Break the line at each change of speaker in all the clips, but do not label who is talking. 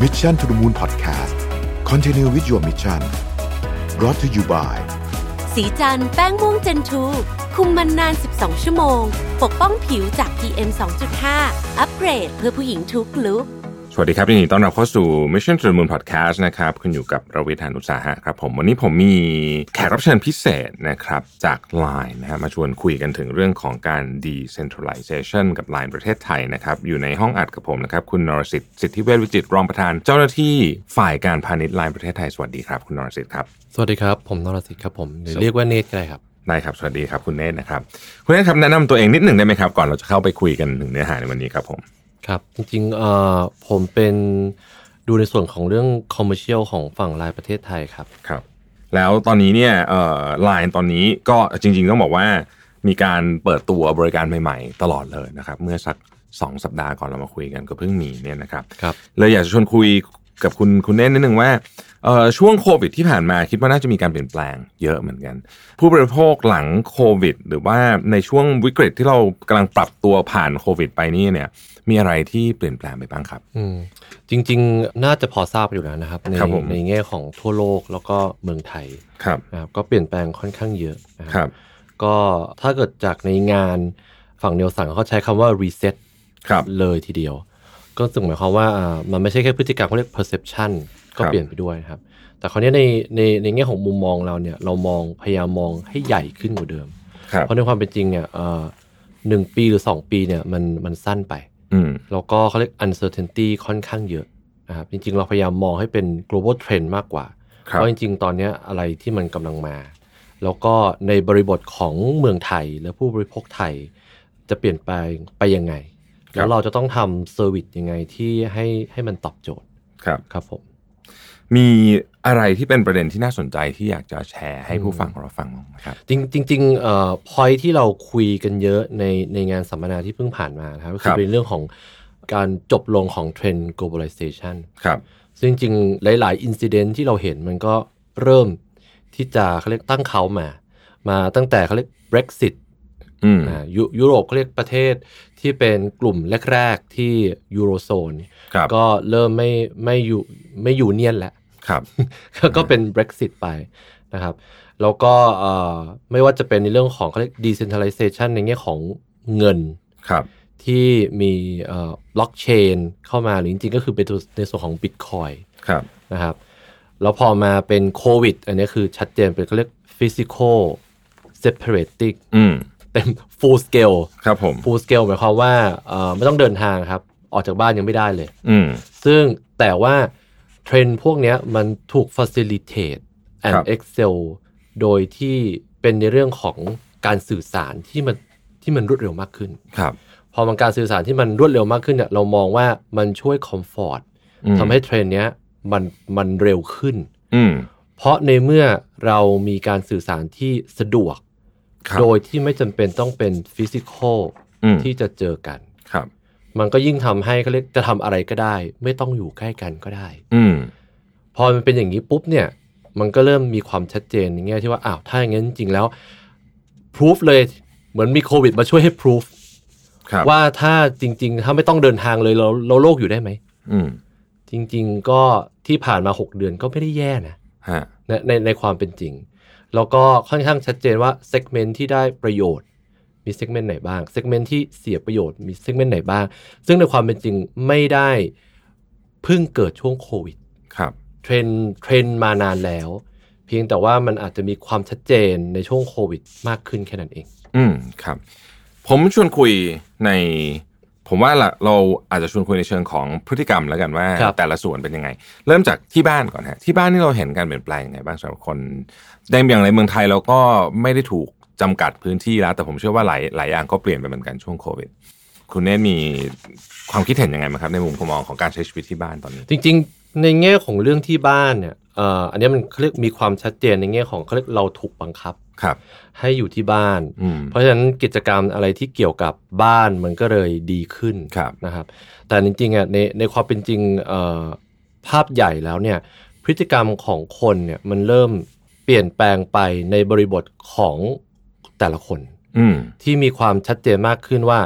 Mission to the Moon Podcast Continue with your mission brought to you by
สีจันทร์แป้งม่วงเจนทู คุมมันนาน 12 ชั่วโมง ปกป้องผิวจาก PM 2.5 อัปเกรดเพื่อผู้หญิงทุกลุก
สวัสดีครับยินดีต้อนรับเข้าสู่ Mission to the Moon Podcast นะครับ คุณอยู่กับระวิธานอุตสาหะครับผม วันนี้ผมมีแขกรับเชิญพิเศษนะครับจาก Line นะฮะมาชวนคุยกันถึงเรื่องของการ decentralization กับ Line ประเทศไทยนะครับ อยู่ในห้องอัดกับผมนะครับ คุณนรสิทธิ์สิทธิเวชวิจิตรรองประธาน เจ้าหน้าที่ฝ่ายการพาณิชย์ Line ประเทศไทยสวัสดีครับคุณนรสิทธิ์ครับ
สวัสดีครับ ผมนรสิทธิ์ครับผมหรือเรียกว่าเนตก็ได้ครับ
ได้ครับ สวัสดีครับคุณเนธนะครับ คุณเนธครับแนะนำตัวเองนิดหนึ่งได้ไหมครับ ก่อนเราจะเข้าไปคุยกันถึงเนื้อหาในวันนี้ครับผม
ครับ จริงๆเอ่อผมเป็นดูในส่วนของเรื่องคอมเมอร์เชียลของฝั่งรายประเทศไทยครับ
ครับแล้วตอนนี้เนี่ยเอ่อไลน์ตอนนี้ก็จริงๆต้องบอกว่ามีการเปิดตัวบริการใหม่ๆ ตลอดเลยนะครับ เมื่อสัก 2 สัปดาห์ก่อนเรามาคุยกันก็เพิ่งมีเนี่ยนะครับ
ครับ
เลยอยากจะชวนคุยกับคุณคุณเน้นนิดนึงว่าเอ่อช่วงโควิดที่ผ่านมาคิดว่าน่าจะมีการเปลี่ยนแปลงเยอะเหมือนกัน ผู้บริโภคหลังโควิด หรือว่าในช่วงวิกฤตที่เรากำลังปรับตัวผ่านโควิด ไปนี่เนี่ยมีอะไรที่เปลี่ยนแปลงไปบ้างครับ
อืมจริงๆ น่าจะพอทราบอยู่แล้วนะครับ ใน
ครับผม
ในแง่ของทั่วโลกแล้วก็เมืองไทย
ครับ
นะครับก็เปลี่ยนแปลงค่อนข้างเยอะนะ
ค
ค
รั
รับบ ก็ถ้าเกิดจากในงานฝั่งเนลสันเขาใช้คำว่า reset
ครับ
เลยทีเดียว ก็สึงหมายความว่าอ่ามันไม่ใช่แค่พฤติกรรมเขาเรียก perception ก็เปลี่ยนไปด้วยนะครับ แต่คราวนี้ในในในแง่ของมุมมองเราเนี่ยเรามองพยายามมองให้ใหญ่ขึ้นกว่าเดิม
ครับ
เพราะในความเป็นจริงเนี่ยเอ่อหนึ่งปีหรือ 2 ปีเนี่ยมันมันสั้นไป
อืม
แล้วก็เขาเรียก uncertainty ค่อนข้างเยอะนะครับจริงๆ เราพยายามมองให้เป็น global trend มากกว่า
ครับ
เพราะจริงๆ ตอนเนี้ยอะไรที่มันกำลังมา แล้วก็ในบริบทของเมืองไทยและผู้บริโภคไทย จะเปลี่ยนไปลงไปยังไง แล้วเราจะต้องทำเซอร์วิสยังไงที่ให้ให้มันตอบโจทย์
ครับ
ครับผม
มีอะไรที่เป็นประเด็นที่น่าสนใจที่อยากจะแชร์ให้ผู้ฟังของเราฟังบ้างไหมครับ
จริงจริงๆเอ่อ point ที่เราคุยกันเยอะในในงานสัมมนาที่เพิ่งผ่านมานะครับก็
ค
คื
รั
อบ เป็นเรื่องของการจบลงของเทรนด์ globalization
ครับ
ซึ่งจริงๆ หลายๆ อินซิเดนที่เราเห็นมันก็เริ่มที่จะเขาเรียกตั้งเขามา มาตั้งแต่เขาเรียก Brexit
อืม
อ่ายุยุโรปเขาเรียกประเทศที่เป็นกลุ่มแรกๆ ที่ยูโรโซน
ครับ
ก็เริ่มไม่ไม่อยู่ไม่อยู่เนียนแล้ว
ครับ
ก็ก็เป็น Brexit ไปนะครับ แล้วก็เอ่อไม่ว่าจะเป็นในเรื่องของเขาเรียก decentralization ในแง่ของเงิน
ครับ
ที่มีบล็อกเชนเข้ามาหรือจริงๆ ก็คือเป็นตัวในส่วนของ Bitcoin
ครับ
นะครับแล้วพอมาเป็นโควิด อันนี้คือชัดเจนเป็นเขาเรียก physical separating
อืม
เต็ม full scale
ครับผม
full scale หมายความว่าเอ่อไม่ต้องเดินทางครับ ออกจากบ้านยังไม่ได้เลย
อืม
ซึ่งแต่ว่าเทรนด์พวกเนี้ยมันถูก facilitate
ครั
and
บ
excel โดยที่เป็นในเรื่องของการสื่อสารที่มันที่มันรวดเร็วมากขึ้น
ครับ
พอมันการสื่อสารที่มันรวดเร็วมากขึ้นเนี่ยเรามองว่ามันช่วย comfort
อืม
ทำให้เทรนด์เนี้ยมันมันเร็วขึ้น
อืม
เพราะในเมื่อเรามีการสื่อสารที่สะดวก
ครับ
โดยที่ไม่จำเป็นต้องเป็นฟิสิกอล
อืม
ที่จะเจอกัน
ครับ
มันก็ยิ่งทำให้เขาเรียกจะทำอะไรก็ได้ ไม่ต้องอยู่ใกล้กันก็ได้
อืม
พอมันเป็นอย่างนี้ปุ๊บเนี่ย มันก็เริ่มมีความชัดเจนในแง่ที่ว่าอ้าวถ้าอย่างนั้นจริงๆแล้วพิสูจเลยเหมือนมีโควิดมาช่วยให้พิสูจ
ครับ
ว่าถ้าจริง ๆ ถ้าไม่ต้องเดินทางเลยเราเราโลกอยู่ได้ไหม
อืม
จริง ๆ ก็ที่ผ่านมา 6 เดือนก็ไม่ได้แย่นะ
ฮะ
ในในในความเป็นจริง แล้วก็ค่อนข้างชัดเจนว่าเซกเมนต์ที่ได้ประโยชน์ มีเซกเมนต์ไหนบ้างเซกเมนต์ที่เสียประโยชน์มีเซกเมนต์ไหนบ้าง ซึ่งในความเป็นจริงไม่ได้เพิ่งเกิดช่วงโควิด
ครับ
เทรนด์เทรนด์มานานแล้ว เพียงแต่ว่ามันอาจจะมีความชัดเจนในช่วงโควิดมากขึ้นแค่นั้นเอง
อืม ครับ ผมชวนคุยใน ผมว่าละเราอาจจะชวนคุยในเชิงของพฤติกรรมแล้วกันว่า
ครับ
แต่ละส่วนเป็นยังไง เริ่มจากที่บ้านก่อนฮะ ที่บ้านนี่เราเห็นการเปลี่ยนแปลงยังไงบ้างสำหรับคนได้อย่างในเมืองไทยเราก็ไม่ได้ถูกจำกัดพื้นที่แล้ว แต่ผมเชื่อว่าหลายหลายอย่างก็เปลี่ยนไปเหมือนกันช่วงโควิด คุณเนธมีความคิดเห็นยังไงบ้างครับ ในมุมมองของการใช้ชีวิตที่บ้านตอนนี้
จริงๆ ในแง่ของเรื่องที่บ้านเนี่ยเอ่ออันนี้มันเขาเรียกมีความชัดเจนในแง่ของเขาเรียกเราถูกบังคับ
ครับ
ให้อยู่ที่บ้าน
อืม
เพราะฉะนั้นกิจกรรมอะไรที่เกี่ยวกับบ้านมันก็เลยดีขึ้น
ครับ
นะครับ แต่จริงๆอ่ะในในความเป็นจริงเอ่อภาพใหญ่แล้วเนี่ยพฤติกรรมของคนเนี่ยมันเริ่มเปลี่ยนแปลงไปในบริบทของแต่ละคน
อืม
ที่มีความชัดเจนมากขึ้นว่า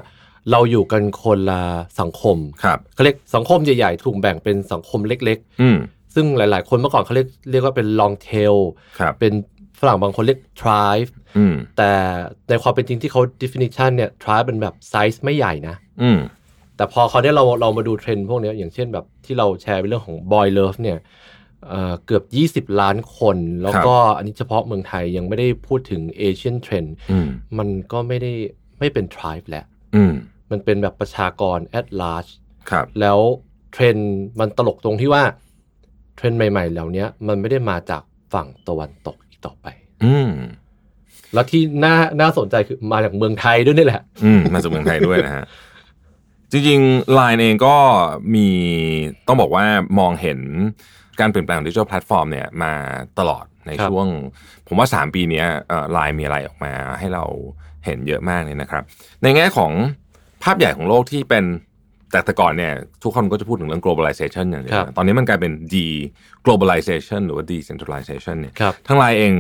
เราอยู่กันคนละสังคม
ครับ
เขาเรียกสังคมใหญ่ๆถูกแบ่งเป็นสังคมเล็ก
อืม
ๆ ซึ่งหลาย ๆ คนเมื่อก่อนเขาเรียกเรียกว่าเป็น long tail
ครับ
เป็นฝรั่งบางคนเรียก tribe
อืม
แต่ในความเป็นจริงที่เขา definition เนี่ย tribe เป็นแบบ size ไม่ใหญ่นะ
อืม
แต่พอเขาวเนี่ยเราเรามาดูเทรนด์พวกเนี้ยอย่างเช่นแบบที่เราแชร์เป็นเรื่องของ boy love เนี่ยเอ่อเกือบ 20 ล้านคน แล้วก็อันนี้เฉพาะเมืองไทยยังไม่ได้พูดถึง Asian trend
อืม
มันก็ไม่ได้ไม่เป็น tribe แหละ
อืม
มันเป็นแบบประชากร at large
ครับ
แล้วเทรนด์มันตลกตรงที่ว่า เทรนด์ใหม่ๆ เหล่าเนี้ยมันไม่ได้มาจากฝั่งตะวันตกอีกต่อไป
อืม
แล้วที่น่าน่าสนใจคือมาจากเมืองไทยด้วยนี่แหละ
อืมมาจากเมืองไทยด้วยนะฮะ จริงๆ Line เองก็มีต้องบอกว่ามองเห็นการเปลี่ยนแปลงของดิจิทัลแพลตฟอร์มเนี่ยมาตลอดใน
ครับ
ช่วง ผมว่า 3 ปีเนี้ไลน์มีอะไรออกมาให้เราเห็นเยอะมากเลยนะครับ ในแง่ของภาพใหญ่ของโลกที่เป็นแต่แต่ก่อนเนี่ยทุกคนก็จะพูดถึงเรื่อง globalization อย่างเดียว
ครับ
ตอนนี้มันกลายเป็น de globalization หรือว่า decentralization เนี่ย
ครับ
ทั้งไลน์เอง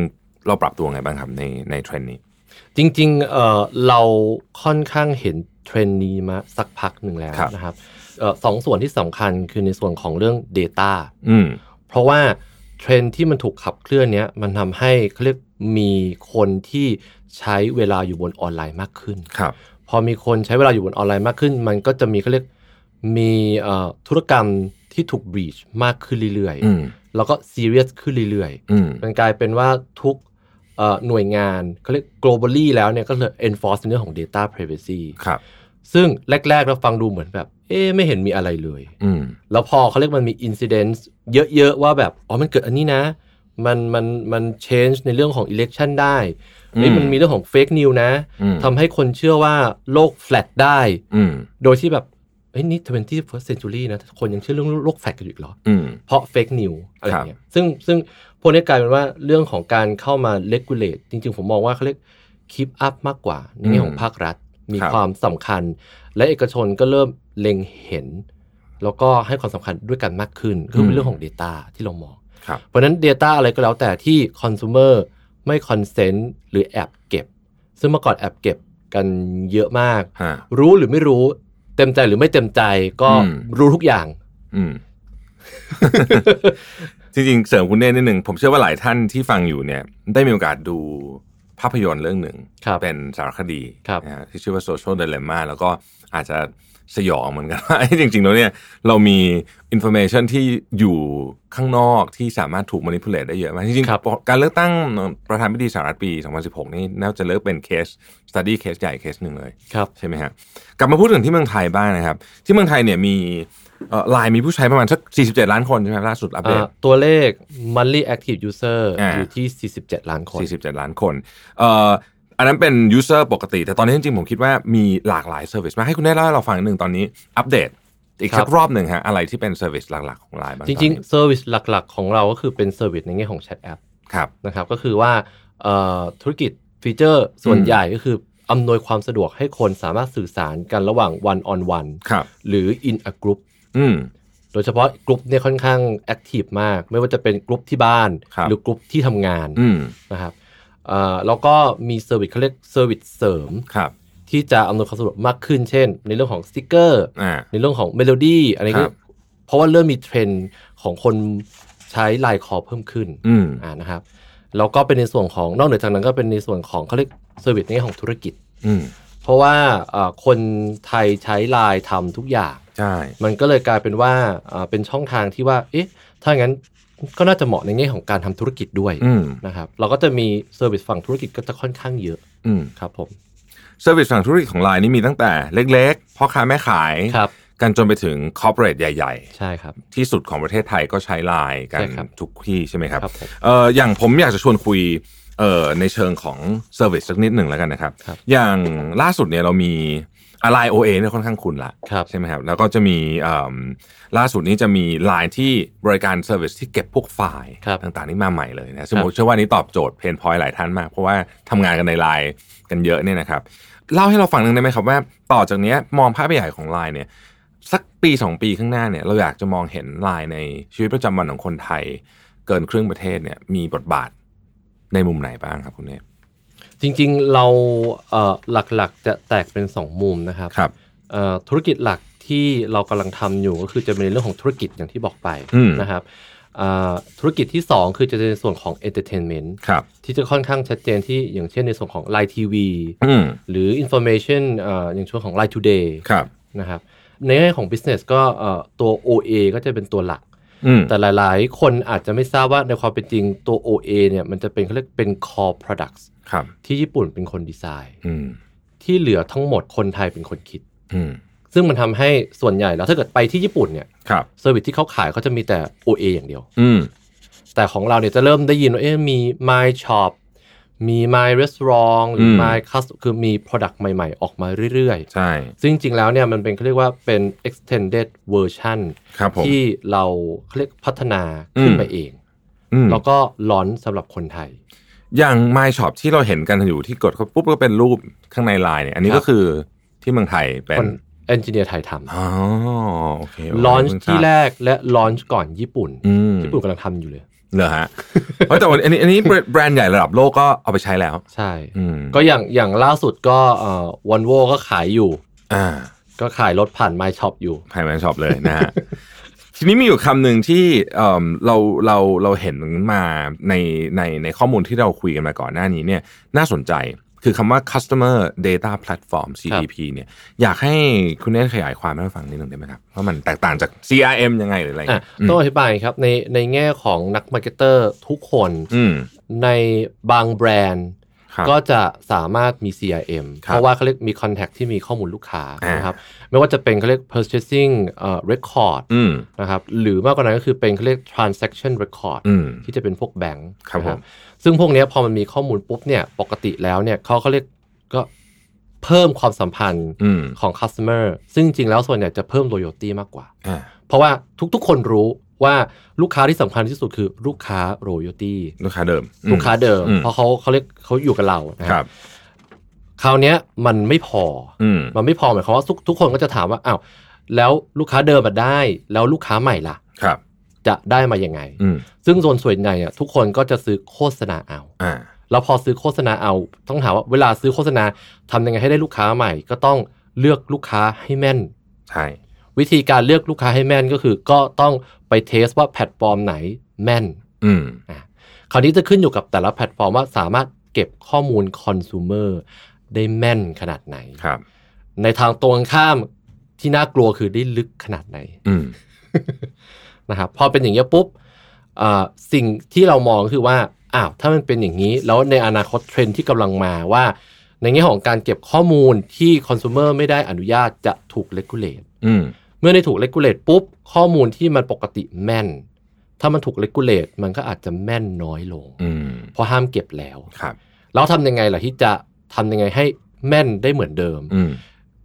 เราปรับตัวไงบ้างครับในในเทรนด์นี้
จริงๆเอ่อเราค่อนข้างเห็นเทรนด์นี้มาสักพักหนึ่งแล้ว
ครับ
นะครับเอ่อสองส่วนที่สำคัญคือในส่วนของเรื่อง Data
อืม
เพราะว่าเทรนด์ที่มันถูกขับเคลื่อนเนี้ยมันทำให้เขาเรียกมีคนที่ใช้เวลาอยู่บนออนไลน์มากขึ้น
ครับ
พอมีคนใช้เวลาอยู่บนออนไลน์มากขึ้น มันก็จะมีเขาเรียกมีเอ่อธุรกรรมที่ถูกบรีชมากขึ้นเรื่อย
อืม
ๆ แล้วก็ซีเรียสขึ้นเรื่อย
อืม
ๆ มันกลายเป็นว่าทุกเอ่อหน่วยงานเขาเรียก globally แล้วเนี่ยก็เลย enforce ในเรื่องของ data privacy
ครับ
ซึ่งแรกๆ เราฟังดูเหมือนแบบ เอ๊ะไม่เห็นมีอะไรเลย
อืม
แล้วพอเขาเรียกมันมี incident เยอะ ๆ ว่าแบบ อ๋อ มันเกิดอันนี้นะ มันมันมัน change ในเรื่องของ election ได้เฮ้ย
อืม
มันมีเรื่องของ fake news นะ
อืม
ทำให้คนเชื่อว่าโลกแฟลตได้
อืม
โดยที่แบบเอ้ยนี่ 20 first century นะ คนยังเชื่อเรื่องโลกแฟลตกันอยู่อีกเหรอ
อืม
เพราะเฟกนิวอะไรอย่างเงี้ยซึ่งซึ่งพวกนี้กลายเป็นว่าเรื่องของการเข้ามาเลกูเลตจริง ๆ ผมมองว่าเขาเรียกค e ปอัพมากกว่าในแง่ขอ
อื
ง
ม
ภาครัฐ มี
ครับ
ความสำคัญ และเอกชนก็เริ่มเล็งเห็น แล้วก็ให้ความสำคัญด้วยกันมากขึ้นคือเป็นเรื่องของ Data ที่เรามอง
ครับ
เพราะฉะนั้น Data อะไรก็แล้วแต่ที่คอน sumer ไม่คอนเซนต์หรือแอบเก็บ ซึ่งเมื่อก่อนแอบเก็บกันเยอะมาก
ฮะ
รู้หรือไม่รู้เต็มใจหรือไม่เต็มใจก็
อืม
รู้ทุกอย่าง
อืม จริงๆ เสริมคุณเน่นิดหนึ่ง ผมเชื่อว่าหลายท่านที่ฟังอยู่เนี่ย ได้มีโอกาสดูภาพยนตร์เรื่องหนึ่ง
ครับ
เป็นสารคดี
ครับ
นะฮะที่ชื่อว่า Social Dilemma แล้วก็อาจจะสยองเหมือนกัน ว่า จริง ๆ แล้วเนี่ย เรามี information ที่อยู่ข้างนอกที่สามารถถูก manipulate ได้เยอะมากจริงๆ การเลือกตั้งประธานาธิบดีสหรัฐปี 2016 นี่น่าจะเลือกเป็นเคส study เคสใหญ่เคสหนึ่งเลย
ครับ
ใช่ไหมฮะกลับมาพูดถึงที่เมืองไทยบ้างนะครับ ที่เมืองไทยเนี่ยมีไลน์มีผู้ใช้ประมาณสัก 47 ล้านคนใช่ไหมล่าสุดอัปเดต
อ่าตัวเลข monthly active user
อ่า
อยู่ที่ 47 ล้านคน
47 ล้านคนเอ่ออันนั้นเป็นยูเซอร์ปกติ แต่ตอนนี้จริงๆ ผมคิดว่ามีหลากหลายเซอร์วิสมากให้คุณได้เล่าให้เราฟังหนึ่งตอนนี้อัปเดตอีกสัก
ครับ
รอบหนึ่งฮะอะไรที่เป็นเซอร์วิสหลักๆ ของไลน์บ้าง
จ
ตอ
ริ
น
ง
นี้
ๆ service หลักๆ ของเราก็คือเป็น service ในแง่ของ chat app
ครับ
นะครับ ก็คือว่าเอ่อธุรกิจฟีเจอร์ส่วน
อืม
ใหญ่ก็คืออำนวยความสะดวกให้คนสามารถสื่อสารกันระหว่าง one on one
ครับ
หรือ in a group
อืม
โดยเฉพาะกลุ่มเนี่ยค่อนข้าง active มาก ไม่ว่าจะเป็นกลุ่มที่บ้าน
ครับ
หรือกลุ่มที่ทำงาน
อืม
นะครับเอ่อแล้วก็มีเซอร์วิสเขาเรียกเซอร์วิสเสริม
ครับ
ที่จะอำนวยความสะดวกมากขึ้น เช่น ในเรื่องของสติกเกอร์
อ่า
ในเรื่องของเมโลดี้อะไร
ครั
ก็
บ
เพราะว่าเริ่มมีเทรนด์ของคนใช้ไลน์คอเพิ่มขึ้น
อืม
อ่านะครับแล้วก็เป็นในส่วนของนอกเหนือจากนั้นก็เป็นในส่วนของเขาเรียกเซอร์วิสในแง่ของธุรกิจ
อืม
เพราะว่าเอ่อคนไทยใช้ไลน์ทำทุกอย่าง
ใช่
มันก็เลยกลายเป็นว่าเอ่อเป็นช่องทางที่ว่าเอ๊ะถ้างั้นก็น่าจะเหมาะในแง่ของการทำธุรกิจด้วย
อืม
นะครับเราก็จะมีเซอร์วิสฝั่งธุรกิจก็จะค่อนข้างเยอะ
อืม
ครับผม
เซอร์วิสฝั่งธุรกิจของไลน์นี่มีตั้งแต่เล็กๆพ่อค้าแม่ขาย
ครับ
กันจนไปถึงคอร์ปอเรทใหญ่ ๆ
ใช่ครับ
ที่สุดของประเทศไทยก็ใช้ไลน์กัน
ใช่ครับ
ทุกที่ใช่ไหมครับ
ครับผม
เอ่ออย่างผมอยากจะชวนคุยเอ่อในเชิงของเซอร์วิสสักนิดหนึ่งแล้วกันนะครับ
ครับ
อย่างล่าสุดเนี่ยเรามีอะไรโอเอเนี่ยค่อนข้างคุ้นละ
ครับ
ใช่ไหมครับ แล้วก็จะมีเอิ่มล่าสุดนี้จะมีไลน์ที่บริการเซอร์วิสที่เก็บพวกไฟล์
ครับ
ต่างๆนี่มาใหม่เลยนะซึ่ง
ครั
ผ
บ
มเชื่อว่านี้ตอบโจทย์เพนพอยหลายท่านมากเพราะว่าทำงานกันในไลน์กันเยอะเนี่ยนะครับเล่าให้เราฟังหนึ่งได้ไหมครับว่าต่อจากเนี้ยมองภาพใหญ่ของไลน์เนี่ย สักปีสองปีข้างหน้าเนี่ยเราอยากจะมองเห็นไลน์ในชีวิตประจำวันของคนไทย เกินครึ่งประเทศเนี่ยมีบทบาทในมุมไหนบ้างครับคุณเนธ
จริงๆ เราเอ่อหลักๆจะแตกเป็น 2 มุมนะครับ
ครับ
เอ่อธุรกิจหลักที่เรากำลังทำอยู่ก็คือจะเป็นในเรื่องของธุรกิจอย่างที่บอกไป
อืม
นะครับอ่าธุรกิจที่ 2 คือจะเป็นในส่วนของ entertainment
ครับ
ที่จะค่อนข้างชัดเจนที่อย่างเช่นในส่วนของ Line TV
อืม
หรือ information เอ่ออย่างช่วงของ Line Today
ครับ
นะครับในแง่ของ business ก็เอ่อตัว OA ก็จะเป็นตัวหลัก
อืม
แต่หลาย ๆ คนอาจจะไม่ทราบว่าในความเป็นจริงตัว OA เนี่ยมันจะเป็นเขาเรียกเป็น core products
ครับ
ที่ญี่ปุ่นเป็นคนดีไซน์
อืม
ที่เหลือทั้งหมดคนไทยเป็นคนคิด
อืม
ซึ่งมันทำให้ส่วนใหญ่แล้วถ้าเกิดไปที่ญี่ปุ่นเนี่ย
ครับ
เซอร์วิสที่เขาขายเขาจะมีแต่ OA อย่างเดียว
อืม
แต่ของเราเนี่ยจะเริ่มได้ยินว่าเอ๊ะมี My Shop มี My Restaurant หรือ My c u s คือมี Product ใหม่ ๆ ออกมาเรื่อย
ใช่
ๆ ซึ่งจริง ๆ แล้วเนี่ยมันเป็นเขาเรียกว่าเป็น extended version
ครับผม
ที่เราเขาเรียกพัฒนาขึ้น
อืม
มาเอง
อืม
แล้วก็ร้อนสำหรับคนไทย
อย่าง My Shop ที่เราเห็นกันอยู่ที่กดเข้าปุ๊บก็เป็นรูปข้างในไลน์เนี่ย อันนี้
ครั
ก็
บ
คือที่เมืองไทยเป็
คน นเอนจิเนียร์ไทยท
อ๋อโอเคโเค
ำลอน
เพิ่งทราบ
ที่แรกและลอนก่อนญี่ปุ่น
อืม
ญี่ปุ่นกำลังทำอยู่เลย
เหรอฮะเฮ้ยแต่วันอันนี้อันนี้แบรนด์ใหญ่ระดับโลกก็เอาไปใช้แล้ว
ใช่
อืม
ก็อย่างอย่างล่าสุดก็เอ่อวันโวก็ขายอยู่
อ่า
ก็ขายรถผ่านไมช็อปอยู่
ภายในช็อปเลยนะฮะ ทีนี้มีอยู่คำหนึ่งที่เอิ่มเราเราเราเห็นมาในในในข้อมูลที่เราคุยกันมาก่อนหน้านี้เนี่ยน่าสนใจคือคำว่า customer data platform CDP เนี่ยอยากให้คุณเนทขยายความให้เราฟังนิดหนึ่งได้ไหมครับ ว่ามันแตกต่างจาก CRM ยังไงหรืออะไร
อ่ะ
อืม
ต้องอธิบายครับ ในในแง่ของนักมาร์เก็ตเตอร์ทุกคน
อืม
ในบางแบรนด์
ครับ
ก็จะสามารถมี CRM
ครับ
เพราะว่าเขาเรียกมี Contact ที่มีข้อมูลลูกค้า
อ่าน
นะครับ ไม่ว่าจะเป็นเขาเรียก purchasing เอ่อ record
อืม
นะครับ หรือมากกว่านั้นก็คือเป็นเขาเรียก transaction record
อืม
ที่จะเป็นพวกแบงค์
ครับ
นะ
ผม
ซึ่งพวกเนี้ยพอมันมีข้อมูลปุ๊บเนี่ย ปกติแล้วเนี่ยเขาเขาเรียกก็เพิ่มความสัมพันธ์
อืม
ของ customer ซึ่งจริงๆแล้วส่วนใหญ่จะเพิ่ม loyalty มากกว่า
อ่า
เพราะว่าทุกๆคนรู้ว่าลูกค้าที่สำคัญที่สุดคือลูกค้า loyalty
ลูกค้าเดิม
ลูกค้าเดิม
อืม
เพราะเขาเขาเรียกเขาอยู่กับเรา
ค
นะค
รั
รั
บบ
คราวเนี้ยมันไม่พออ
อืม
มันไม่พอหมายความว่าทุกทุกคนก็จะถามว่าอ้าวแล้วลูกค้าเดิมมาได้ แล้วลูกค้าใหม่ล่ะ
ครับ
จะได้มายังไง
อืม
ซึ่งโซนส่วนใหญ่อะทุกคนก็จะซื้อโฆษณาเอา
อ่า
แล้วพอซื้อโฆษณาเอา ต้องถามว่าเวลาซื้อโฆษณาทำยังไงให้ได้ลูกค้าใหม่ ก็ต้องเลือกลูกค้าให้แม่น
ใช่
วิธีการเลือกลูกค้าให้แม่นก็คือ ก็ต้องไปเทสว่าแพลตฟอร์มไหนแม่น
อืม
คราวนี้จะขึ้นอยู่กับแต่ละแพลตฟอร์มว่าสามารถเก็บข้อมูลคอน sumer ได้แม่นขนาดไหน
ครับ
ในทางตรงกันข้ามที่น่ากลัวคือได้ลึกขนาดไหน
อืม
นะครับพอเป็นอย่างนี้ยปุ๊บอ่าสิ่งที่เรามองคือว่าอ้าวถ้ามันเป็นอย่างนี้ แล้วในอนาคตเทรนด์ที่กำลังมาว่า ในแง่ของการเก็บข้อมูลที่คอน sumer ไม่ได้อนุญาตจะถูกเลกูเลต
อืม
เมื่อได้ถูกเลกูเลตปุ๊บ ข้อมูลที่มันปกติแม่น ถ้ามันถูกเลกูเลตมันก็อาจจะแม่นน้อยลง
อืม
เพราะห้ามเก็บแล้ว
ครับ
แล้วทำยังไงล่ะที่จะทำยังไงให้แม่นได้เหมือนเดิม
อืม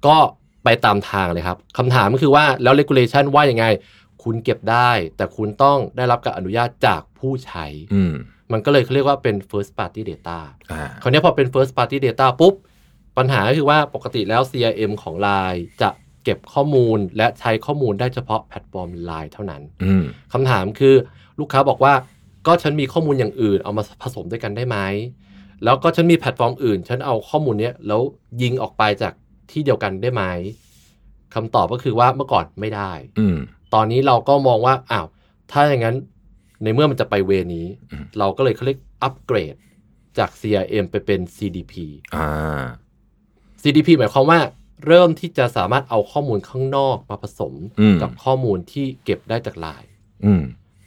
ก็ไปตามทางเลยครับคำถามก็คือว่าแล้วเลกูเลชันว่ายังไง คุณเก็บได้ แต่คุณต้องได้รับการอนุญาตจากผู้ใช้
อืม
มันก็เลยเขาเรียกว่าเป็น first party data
อ่า
คราวนี้พอเป็น first party data ปุ๊บ ปัญหาก็คือว่าปกติแล้ว CRM ของ Line จะเก็บข้อมูลและใช้ข้อมูลได้เฉพาะแพลตฟอร์ม Line เท่านั้น
อืม
คำถามคือลูกค้าบอกว่าก็ฉันมีข้อมูลอย่างอื่นเอามาผสมด้วยกันได้ไหม แล้วก็ฉันมีแพลตฟอร์มอื่น ฉันเอาข้อมูลเนี้ยแล้วยิงออกไปจากที่เดียวกันได้ไหมคำตอบก็คือว่าเมื่อก่อนไม่ได้
อืม
ตอนนี้เราก็มองว่าอ้าวถ้าอย่างนั้นในเมื่อมันจะไปเวนี้
อืม
เราก็เลยเขาเรียกอัปเกรดจาก CRM ไปเป็น CDP
อ่า
CDP หมายความว่าเริ่มที่จะสามารถเอาข้อมูลข้างนอกมาผสม
อืม
กับข้อมูลที่เก็บได้จากไลน์
อืม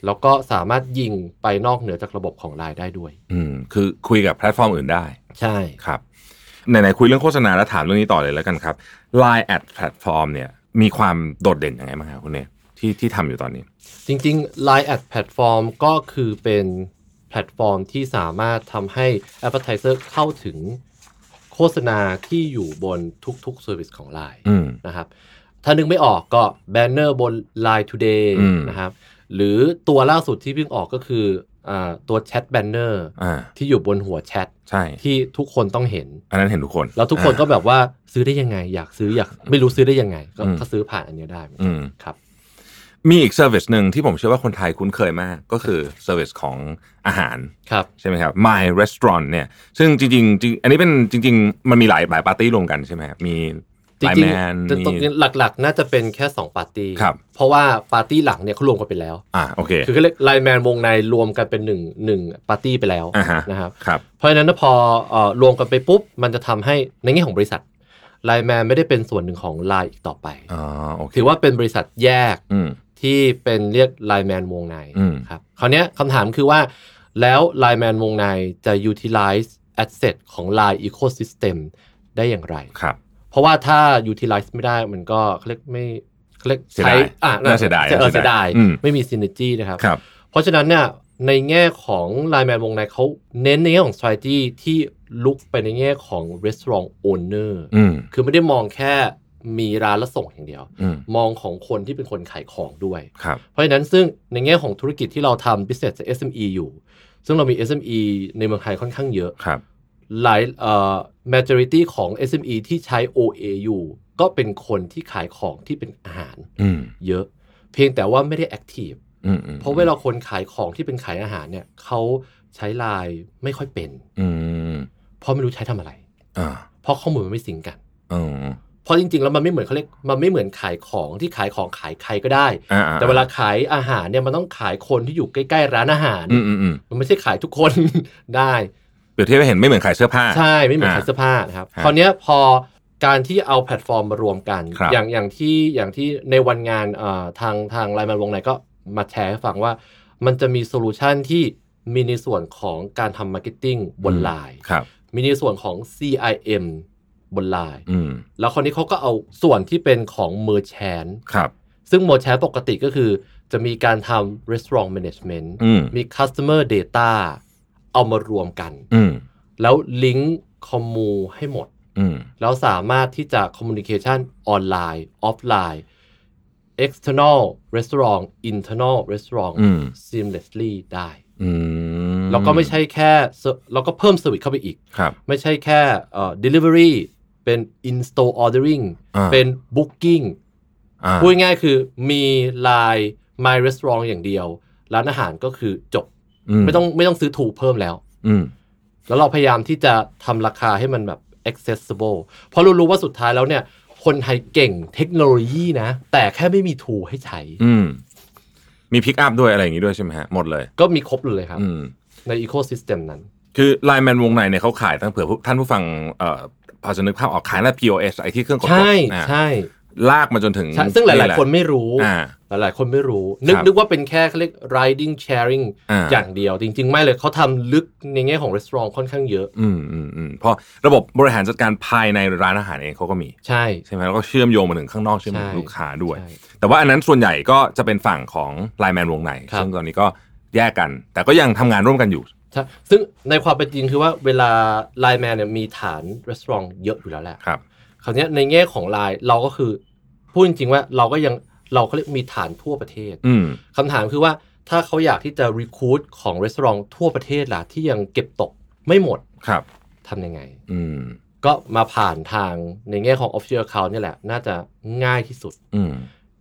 แล้วก็สามารถยิงไปนอกเหนือจากระบบของไลน์ได้ด้วย
อืม คือคุยกับแพลตฟอร์มอื่นได้
ใช่
ครับ ไหนๆ คุยเรื่องโฆษณาแล้วถามเรื่องนี้ต่อเลยแล้วกันครับ Line at Platform เนี่ย มีความโดดเด่นยังไงบ้างครับคุณเนยที่ที่ทำอยู่ตอนนี้
จริงๆ Line at Platform ก็คือเป็นแพลตฟอร์มที่สามารถทำให้ Advertiser เข้าถึงโฆษณาที่อยู่บนทุกๆ Service ของ Line
อืม
นะครับถ้านึกไม่ออกก็แบนเนอร์บน Line Today
อืม
นะครับหรือตัวล่าสุดที่เพิ่งออกก็คืออาตัวแชทแบนเนอร์
อ่า
ที่อยู่บนหัวแชท
ใช่
ที่ทุกคนต้องเห็น
อันนั้นเห็นทุกคน
แล้วทุกคนก็
อ่า
แบบว่าซื้อได้ยังไง อยากซื้ออยากไม่รู้ซื้อได้ยังไง ก็
อืม
ก็ซื้อผ่านอันเนี้ยได้เหมือน
อื
กัน
ม
ครับ
มีอีกเซอร์วิสหนึ่งที่ผมเชื่อว่าคนไทยคุ้นเคยมาก ก็คือเซอร์วิสของอาหาร
ครับ
ใช่ไหมครับ My Restaurant เนี่ย ซึ่งจริงๆจริงอันนี้เป็นจริง ๆ มันมีหลายหลายปาร์ตี้รวมกันใช่ไหมครับมี
จ จ
ไลน์
ริ
แม
ง
น
ๆ
มี
ตรงนี้หลักๆ น่าจะเป็นแค่สองปาร์ตี้
ครับ
เพราะว่าปาร์ตี้หลังเนี่ยเขารวมกันไปแล้ว
อ่าโอเค
คือก็เรียกไลน์แมนวงในรวมกันเป็นหนึ่งหนึ่งปาร์ตี้ไปแล้ว
อ่าฮะ
นะครับ
ครับ
เพราะฉะนั้นนะพอเอ่อรวมกันไปปุ๊บ มันจะทำให้ในแง่ของบริษัทไลน์แมนไม่ได้เป็นส่วนหนึ่งของไลน์อีกต่อไป
อ๋อโอเค
ถือว่าเป็นบริษัทแยก
อืม
ที่เป็นเรียกไลน์แมนวงใน
อืม
ครับคราวเนี้ยคำถามคือว่า แล้วไลน์แมนวงในจะ utilize asset ของ Line ecosystem ได้อย่างไร
ครับ
เพราะว่าถ้า utilize ไม่ได้มันก็เขาเรียกไม่เขาเรียก
เสียดาย
อ่ะ
น่าเสียดาย
ออ
น่าเสี
เสี
ย
ย
ดา
ดาย ย
อืม
ไม่มี synergy นะครับ
ครับ
เพราะฉะนั้นเนี่ยในแง่ของไลน์แมนวงในเขาเน้นในแง่ของ strategy ที่ลุกไปในแง่ของ restaurant owner
อืม
คือไม่ได้มองแค่มีร้านและส่งอย่างเดียว
อืม
มองของคนที่เป็นคนขายของด้วย
ครับ
เพราะฉะนั้นซึ่งในแง่ของธุรกิจที่เราทำ business จาก SME อยู่ ซึ่งเรามี SME ในเมืองไทยค่อนข้างเยอะ
ครับ
หลายเอ่อ majority ของ SME ที่ใช้ OA อยู่ก็เป็นคนที่ขายของที่เป็นอาหาร
อืม
เยอะ เพียงแต่ว่าไม่ได้ active
อืมอืม
เพราะเวลาคนขายของที่เป็นขายอาหารเนี่ยเขาใช้ไลน์ไม่ค่อยเป็น
อืม
เพราะไม่รู้ใช้ทำอะไร
อ่า
เพราะข้อมูลมันไม่สิงก์กัน
อืม
เพราะจริงๆ แล้วมันไม่เหมือนเขาเรียกมันไม่เหมือนขายของที่ขายของขายใครก็ได้
อ่าอ่
แต่เวลาขายอาหารเนี่ยมันต้องขายคนที่อยู่ใกล้ๆร้านอาหาร
อืมอืมอืม
มันไม่ใช่ขายทุกคน ได้
เปรียบเทียบให้เห็นไม่เหมือนขายเสื้อผ้า
ใช่ไม่เหมือนขายเสื้อผ้านะครับ
ฮะ
คราวเนี้ยพอการที่เอาแพลตฟอร์มมารวมกัน
ครับ
อย่างอย่างที่อย่างที่ในวันงานเอ่อทางทางไลน์แมนวงไหนก็มาแชร์ให้ฟังว่า มันจะมีโซลูชันที่มีในส่วนของการทำมาร์เก็ตติ้งบนไลน์
ครับ
มีในส่วนของ CIM บนไลน์
อืม
แล้วคราวนี้เขาก็เอาส่วนที่เป็นของ Merchant
ครับ
ซึ่ง Merchant ปกติก็คือจะมีการทำ Restaurant Management
อืม
มี Customer Data เอามารวมกัน
อืม
แล้วลิงก์คอมมูให้หมด
อืม
แล้วสามารถที่จะคอมมูนิเคชันออนไลน์ ออฟไลน์ external restaurant internal restaurant
อืม
seamlessly ได้
อืม
แล้วก็ไม่ใช่แค่เซอร์แล้วก็เพิ่มสวิตเข้าไปอีก
ครับ
ไม่ใช่แค่เอ่อ delivery เป็น in store ordering
อ่า
เป็น booking
อ่า
พูดง่ายๆคือมีไลน์ my restaurant อย่างเดียว ร้านอาหารก็คือจบ ไม่ต้องไม่ต้องซื้อถูกเพิ่มแล้ว
อืม
แล้วเราพยายามที่จะทำราคาให้มันแบบ accessible เพราะเรารู้ว่าสุดท้ายแล้วเนี่ย คนไทยเก่งเทคโนโลยีนะ แต่แค่ไม่มีทูให้ใช้
อืมมีพิกอัพด้วยอะไรอย่างนี้ด้วยใช่ไหมฮะ หมดเลย
ก็มีครบเลยครับ
อืม
ใน ecosystem นั้น
คือไลน์แมนวงในเนี่ยเขาขายตั้งเผื่อผู้ท่านผู้ฟังเอ่อพอจะนึกภาพออกขายแล้ว POS ไอที่เครื่องกด
ใช่
อ่ะ
ใช่
ลากมาจนถึง
ใช่ ซึ่งห
แะ
ลาย ๆ คนไม่รู้
อ่า
หลาย ๆ คนไม่รู้ นึก
ครับ
นึกว่าเป็นแค่เขาเรียก riding sharing
อ่า
อย่างเดียว จริง ๆ ไม่เลยเขาทำลึกในแง่ของร้านค่อนข้างเยอะ
อืมอืมอืมเพราะระบบบริหารจัดการภายในร้านอาหารเองเขาก็มี
ใช่
ใช่ไหมแล้วก็เชื่อมโยงมาถึงข้างนอกเชื่อมโยง
ใช่
ลูกค้าด้วย
ใช่
แต่ว่าอันนั้นส่วนใหญ่ก็จะเป็นฝั่งของไลน์แมนวงใน
ครับ
ซึ่งตอนนี้ก็แยกกัน แต่ก็ยังทำงานร่วมกันอยู่
ใช่ซึ่งในความเป็นจริงคือว่าเวลาไลน์แมนเนี่ยมีฐานร้านเยอะอยู่แล้วแหละ
ครับ
คราวเนี้ยในแง่ของไลน์เราก็คือพูดจริงๆว่าเราก็ยังเราก็เรียกมีฐานทั่วประเทศ
อืม
คำถามคือว่าถ้าเขาอยากที่จะรีคูดของร้านทั่วประเทศล่ะที่ยังเก็บตกไม่หมด
ครับ
ทำยังไง
อืม
ก็มาผ่านทางในแง่ของ Official Account เนี่ยแหละ น่าจะง่ายที่สุด
อืม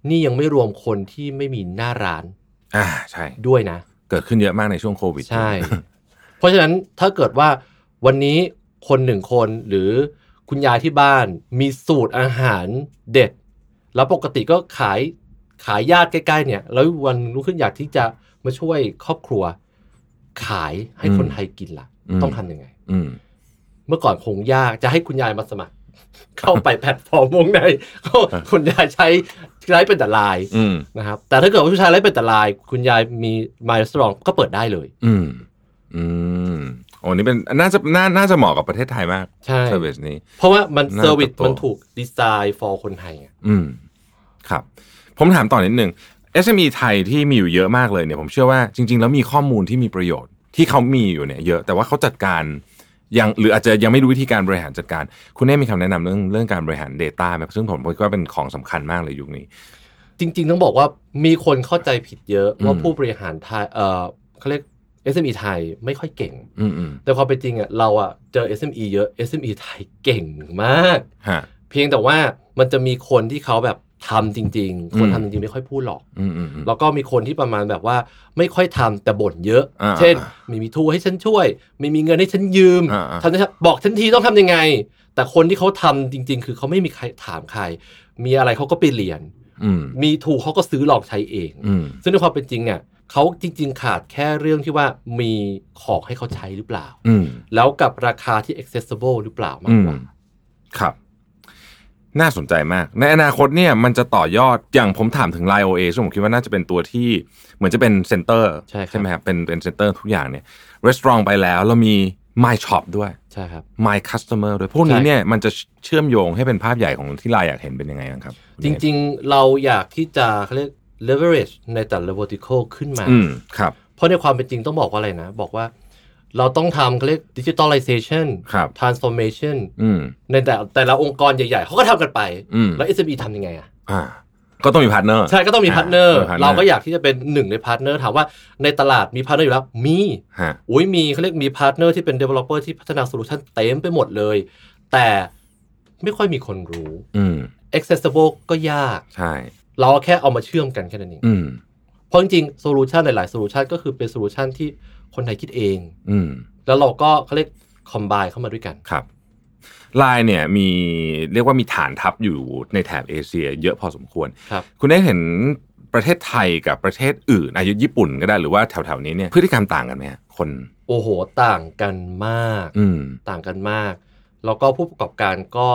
นี่ยังไม่รวมคนที่ไม่มีหน้าร้าน
อ่า ใช่
ด้วยนะ
เกิดขึ้นเยอะมากในช่วงโควิด
ใช่ เพราะฉะนั้นถ้าเกิดว่าวันนี้คนหนึ่งคนหรือคุณยายที่บ้านมีสูตรอาหารเด็ด แล้วปกติก็ขายขายญาติใกล้ๆเนี่ย แล้ววันรุ่งขึ้นอยากที่จะมาช่วยครอบครัว ขายให้คนไทยกินละ
อืม
่ะ ต้องทำยังไง
อืม
เมื่อก่อนคงยากจะให้คุณยายมาสมัคร เข้าไปแพลตฟอร์มวงใน ก็คุณยายใช้ใช้เป็นแต่ไลน์
อืม
นะครับ แต่ถ้าเกิดว่าผู้ชายใช้เป็นแต่ไลน์คุณยายมีมายสตรองก็เปิดได้เลย
อืม อืมโอ้นี่เป็นน่าจะน่าน่าจะเหมาะกับประเทศไทยมาก
ใช่
เซอร์วิสนี้
เพราะว่ามัน
น่าจะ
เซอร์วิส
โต
มันถูกดีไซน์ for คนไทยไง
อืม ครับ ผมถามต่อนิดนึง SME ไทยที่มีอยู่เยอะมากเลยเนี่ย ผมเชื่อว่าจริง ๆ แล้วมีข้อมูลที่มีประโยชน์ที่เขามีอยู่เนี่ยเยอะ แต่ว่าเขาจัดการยังหรืออาจจะยังไม่รู้วิธีการบริหารจัดการ คุณเน่มีคำแนะนำเรื่องเรื่องการบริหาร Data ไหมซึ่งผมคิดว่าเป็นของสำคัญมากเลยยุคนี้
จริง ๆ ต้องบอกว่ามีคนเข้าใจผิดเยอะ
อืม
ว่าผู้บริหารไทยเออเขาเรียก SME ไทยไม่ค่อยเก่ง
อืมอืม
แต่ความเป็นจริงอ่ะเราอ่ะเจอ SME เยอะ SME ไทยเก่งมาก
ฮะ
เพียงแต่ว่ามันจะมีคนที่เขาแบบทำจริง
อืม
ๆ คนทำจริง ๆ ไม่ค่อยพูดหรอก
อืมอืมอืม
แล้วก็มีคนที่ประมาณแบบว่าไม่ค่อยทำแต่บ่นเยอะ
อ่า
เช่น ไม่มีทูให้ฉันช่วย ไม่มีเงินให้ฉันยืม
อ่าอ่า
ทำนะครับบอกฉันทีต้องทำยังไง แต่คนที่เขาทำจริง ๆ คือเขาไม่มีใครถามใคร มีอะไรเขาก็ไปเรียน
อืม
มีถูกเขาก็ซื้อลองใช้เอง
อืม
ซึ่งในความเป็นจริงเนี่ยเขาจริง ๆ ขาดแค่เรื่องที่ว่ามีของให้เขาใช้หรือเปล่า
อืม
แล้วกับราคาที่ accessible หรือเปล่ามากกว่า
อืม ครับ น่าสนใจมาก ในอนาคตเนี่ยมันจะต่อยอดอย่างผมถามถึง Line OA ซึ่งผมคิดว่าน่าจะเป็นตัวที่เหมือนจะเป็นเซ็นเตอร์
ใช่ครับ
ไหมครับ เป็นเป็นเซ็นเตอร์ทุกอย่างเนี่ยร้านอาหารไปแล้วเรามี My Shop ด้วย
ใช่ครับ
My Customer ด้วย พวกนี้
ใช่
เนี่ยมันจะเชื่อมโยงให้เป็นภาพใหญ่ของที่ไลน์อยากเห็นเป็นยังไงบ้างครับ
จริง ๆ เราอยากที่จะเขาเรียก leverage ในแต่ละ vertical ขึ้นมา
อืมครับ
เพราะในความเป็นจริงต้องบอกว่าอะไรนะ บอกว่าเราต้องทำเขาเรียก digitalization
ครับ
transformation
อืม
ในแต่แต่ละองค์กรใหญ่ ๆ เขาก็ทำกันไป
อืม
แล้ว SME ทำยังไงอะ
อ่า ก็ต้องมีพาร์ทเนอร์
ใช่ก็ต้องมีพาร์ทเนอร์
อ่า partner
เราก็อยากที่จะเป็นหนึ่งในพาร์ทเนอร์ถามว่าในตลาดมีพาร์ทเนอร์อยู่แล้วมี
ฮะ
อุ้ยมีเขาเรียกมีพาร์ทเนอร์ที่เป็น developer ที่พัฒนาโซลูชันเต็มไปหมดเลย แต่ไม่ค่อยมีคนรู้
อืม
accessible ก็ยาก
ใช่
เราแค่เอามาเชื่อมกันแค่นั้นเอง
อืม
เพราะจริงๆโซลูชันหลายๆโซลูชันก็คือเป็นโซลูชันที่คนไทยคิดเอง
อืม
แล้วเราก็เขาเรียกคอมไบเข้ามาด้วยกัน
ครับไลน์เนี่ยมีเรียกว่ามีฐานทัพอยู่ในแถบเอเชีย เยอะพอสมควร
ครับ
คุณได้เห็นประเทศไทยกับประเทศอื่นอายุญี่ปุ่นก็ได้หรือว่าแถวๆนี้เนี่ยพฤติกรรมต่างกันไหมฮะคน
โอ้โห ต่างกันมาก
อืม
ต่างกันมาก แล้วก็ผู้ประกอบการก็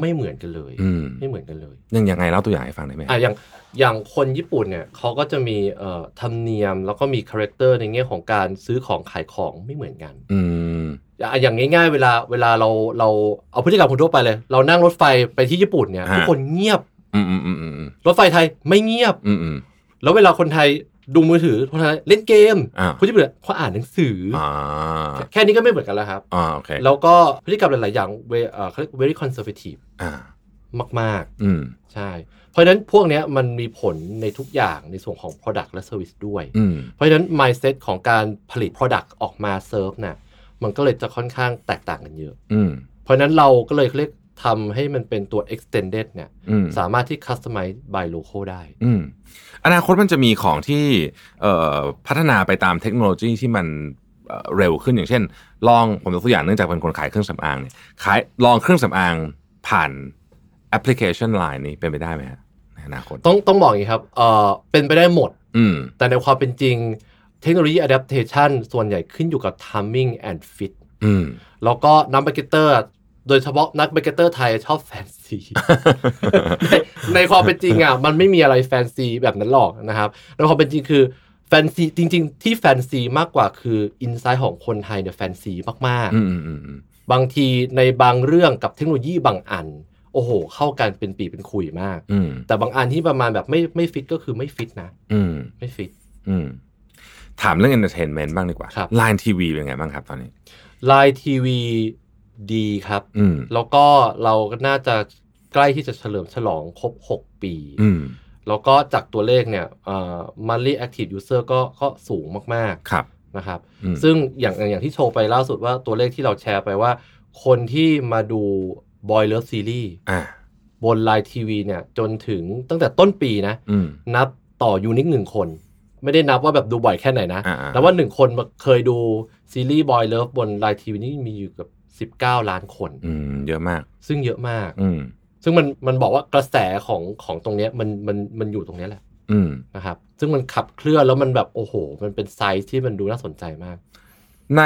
ไม่เหมือนกันเลย
อืม
ไม่เหมือนกันเลย
ยังยังไงเล่าตัวอย่างให้ฟังได้ไหม
อ่ะอย่างอย่างคนญี่ปุ่นเนี่ยเขาก็จะมีเอ่อธรรมเนียม แล้วก็มีคาแรคเตอร์ในแง่ของการซื้อของขายของไม่เหมือนกัน
อืม
อ่ะอย่างง่าย ๆ เวลาเวลาเราเราเอาพฤติกรรมคนทั่วไปเลย เรานั่งรถไฟไปที่ญี่ปุ่นเนี่ย
ฮะ
ทุกคนเงียบ
อืมอืมอืมอืมอืม
รถไฟไทยไม่เงียบ
อืมอืม
แล้วเวลาคนไทยดูมือถือคนไทยเล่นเกม
อ่า
คนญี่ปุ่นเขาอ่านหนังสืออ
อ่า
แค่นี้ก็ไม่เหมือนกันแล้วครับ
อ่าโอเค
แล้วก็พฤติกรรมหลาย ๆ อย่างเวเอ่อเขาเรียก very conservative
อ่าม
าก
อืม
ๆ ใช่ เพราะฉะนั้นพวกเนี้ยมันมีผลในทุกอย่างในส่วนของ product และ service ด้วย
อืม
เพราะฉะนั้น mindset ของการผลิต product ออกมา serve น่ะมันก็เลยจะค่อนข้างแตกต่างกันเยอะ
อืม
เพราะฉะนั้นเราก็เลยเขาเรียกทำให้มันเป็นตัว extended เนี่ย
อืม
สามารถที่ customize by local ได้
อืมอนาคตมันจะมีของที่เอ่อพัฒนาไปตามเทคโนโลยีที่มันเอ่อเร็วขึ้นอย่างเช่น ลองผมยกตัวอย่างเนื่องจากเป็นคนขายเครื่องสำอางเนี่ยขายลองเครื่องสำอางผ่านแอปพลิเคชันไลน์นี้เป็นไปได้ไหมฮะในอนาคต
ต้องต้องบอกอย่างนี้ครับเอ่อเป็นไปได้หมด
อืม
แต่ในความเป็นจริงเทคโนโลยี adaptation ส่วนใหญ่ขึ้นอยู่กับ timing and fit
อืม
แล้วก็นักมาร์เก็ตเตอร์โดยเฉพาะนักมาร์เก็ตเตอร์ไทยชอบแฟนซี ในในความเป็นจริงอ่ะมันไม่มีอะไรแฟนซีแบบนั้นหรอกนะครับในความเป็นจริงคือแฟนซีจริง ๆ ที่แฟนซีมากกว่าคืออินไซต์ของคนไทยเนี่ยแฟนซีมาก
อืมอืมอืมอืม
ๆ บางทีในบางเรื่องกับเทคโนโลยีบางอัน โอ้โห เข้ากันเป็นปีเป็นคุยมาก
อืม
แต่บางอันที่ประมาณแบบไม่ไม่ฟิตก็คือไม่ฟิตนะ
อืม
ไม่ฟิต
อืมถามเรื่อง entertainment บ้างดีกว่า
ครับ
ไลน์ทีวีเป็นไงบ้างครับตอนนี้
ไลน์ทีวีดีครับ
อืม
แล้วก็เราก็น่าจะใกล้ที่จะเฉลิมฉลองครบ 6 ปี
อืม
แล้วก็จากตัวเลขเนี่ยเอ่อ monthly active user ก็ก็สูงมาก
ครับ
ๆ นะครับ
อืม
ซึ่งอย่างอย่างที่โชว์ไปล่าสุดว่าตัวเลขที่เราแชร์ไปว่า คนที่มาดู Boy Love Series
อ่า
บนไลน์ทีวีเนี่ยจนถึงตั้งแต่ต้นปีนะ
อืม
นับต่อยูนิคหนึ่งคน ไม่ได้นับว่าแบบดูบ่อยแค่ไหนนะ
อ่าๆ
แต่ว่าหนึ่งคนมาเคยดูซีรีส์ Boy Love บนไลน์ทีวีนี่มีอยู่เกับ 19 ล้านคน
อืมเยอะมาก
ซึ่งเยอะมาก
อืม
ซึ่งมันมันบอกว่ากระแสของของตรงเนี้ยมันมันมันอยู่ตรงเนี้ยแหละ
อืม
นะครับ ซึ่งมันขับเคลื่อนแล้วมันแบบโอ้โห มันเป็นไซส์ที่มันดูน่าสนใจมาก
ใน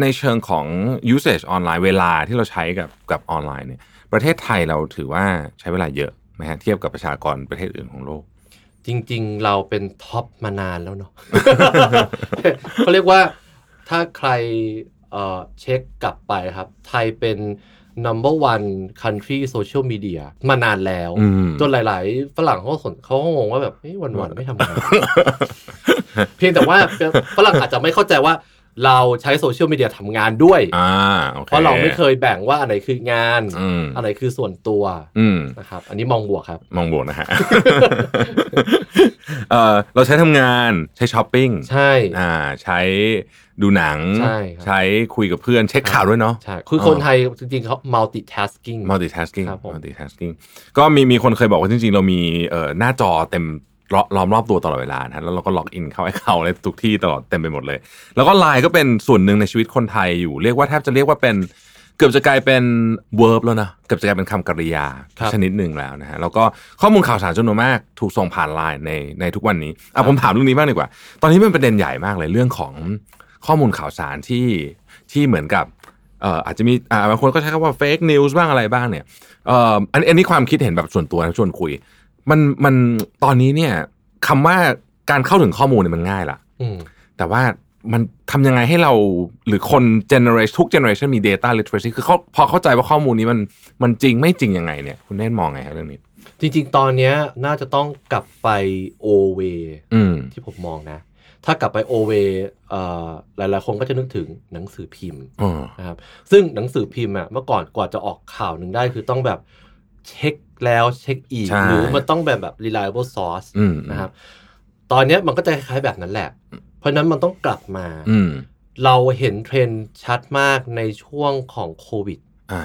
ในเชิงของ usage ออนไลน์เวลาที่เราใช้กับกับออนไลน์เนี่ย ประเทศไทยเราถือว่าใช้เวลาเยอะไหมฮะเทียบกับประชากรประเทศอื่นของโลก
จริง ๆ เราเป็นท็อปมานานแล้วเนาะ เขาเรียกว่าถ้าใครเอ่อเช็คกลับไปครับ ไทยเป็น number one country social media มานานแล้ว
อืม
จนหลาย ๆ ฝรั่งเขาก็สนเขาก็งงว่าแบบเอ๊ะวันๆไม่ทำงาน เพียงแต่ว่า ฝรั่งอาจจะไม่เข้าใจว่าเราใช้โซเชียลมีเดียทำงานด้วย
อ่าโอเค
เพราะเราไม่เคยแบ่งว่าอันไหนคืองาน
อืม
อันไหนคือส่วนตัว
อืม
นะครับ อันนี้มองบวกครับ
มองบวกนะฮะ เออเราใช้ทำงานใช้ช้อปปิ้ง
ใช่
อ่า ใช้ดูหนัง
ใช่ครับ
ใช้คุยกับเพื่อนเช็คข่าวด้วยเนาะ
ใช่ คือคนไทยจริง ๆเขา multitasking
multitasking
ครับผม
multitasking ก็มีมีคนเคยบอกว่าจริง ๆ เรามีเอ่อหน้าจอเต็มล้อล้อมรอบตัวตลอดเวลานะฮะแล้วเราก็ล็อกอินเข้าไอ้เขาอะไรทุกที่ตลอดเต็มไปหมดเลย แล้วก็ไลน์ก็เป็นส่วนหนึ่งในชีวิตคนไทยอยู่ เรียกว่าแทบจะเรียกว่าเป็น เกือบจะกลายเป็น verb แล้วนะเกือบจะกลายเป็นคำกริยา
ครับ
ชนิดหนึ่งแล้วนะฮะแล้วก็ข้อมูลข่าวสารจำนวนมากถูกส่งผ่านไลน์ในในทุกวันนี้อ่ะผมถามเรื่องนี้บ้างดีกว่า ตอนนี้มันเป็นประเด็นใหญ่มากเลยเรื่องของข้อมูลข่าวสารที่ที่เหมือนกับเอ่ออาจจะมีอ่าบางคนก็ใช้คำว่า fake news บ้างอะไรบ้างเนี่ยเอ่ออันอันนี้ความคิดเห็นแบบส่วนตัวนะชวนคุย มันมันตอนนี้เนี่ยคำว่าการเข้าถึงข้อมูลเนี่ยมันง่ายละ
อืม
แต่ว่ามันทำยังไงให้เราหรือคนเจเนอเรชันทุกเจเนอเรชันมี Data Literacy คือเขาพอเข้าใจว่าข้อมูลนี้มันมันจริงไม่จริงยังไงเนี่ย คุณเน่นมองไงครับเรื่องนี้
จริงๆ ตอนเนี้ยน่าจะต้องกลับไปโอเว
อืม
ที่ผมมองนะ ถ้ากลับไปโอเวหลายๆ คนก็จะนึกถึงหนังสือพิมพ์
อ๋อ
นะครับซึ่งหนังสือพิมพ์อะเมื่อก่อนกว่าจะออกข่าวหนึ่งได้คือต้องแบบเช็คแล้วเช็คอีก
ใช่
หรือมันต้องแบบแบบ reliable source
อืม
นะครับตอนเนี้ยมันก็จะคล้ายๆแบบนั้นแหละ เพราะฉะนั้นมันต้องกลับมา
อืม
เราเห็นเทรนด์ชัดมากในช่วงของโควิด
อ่า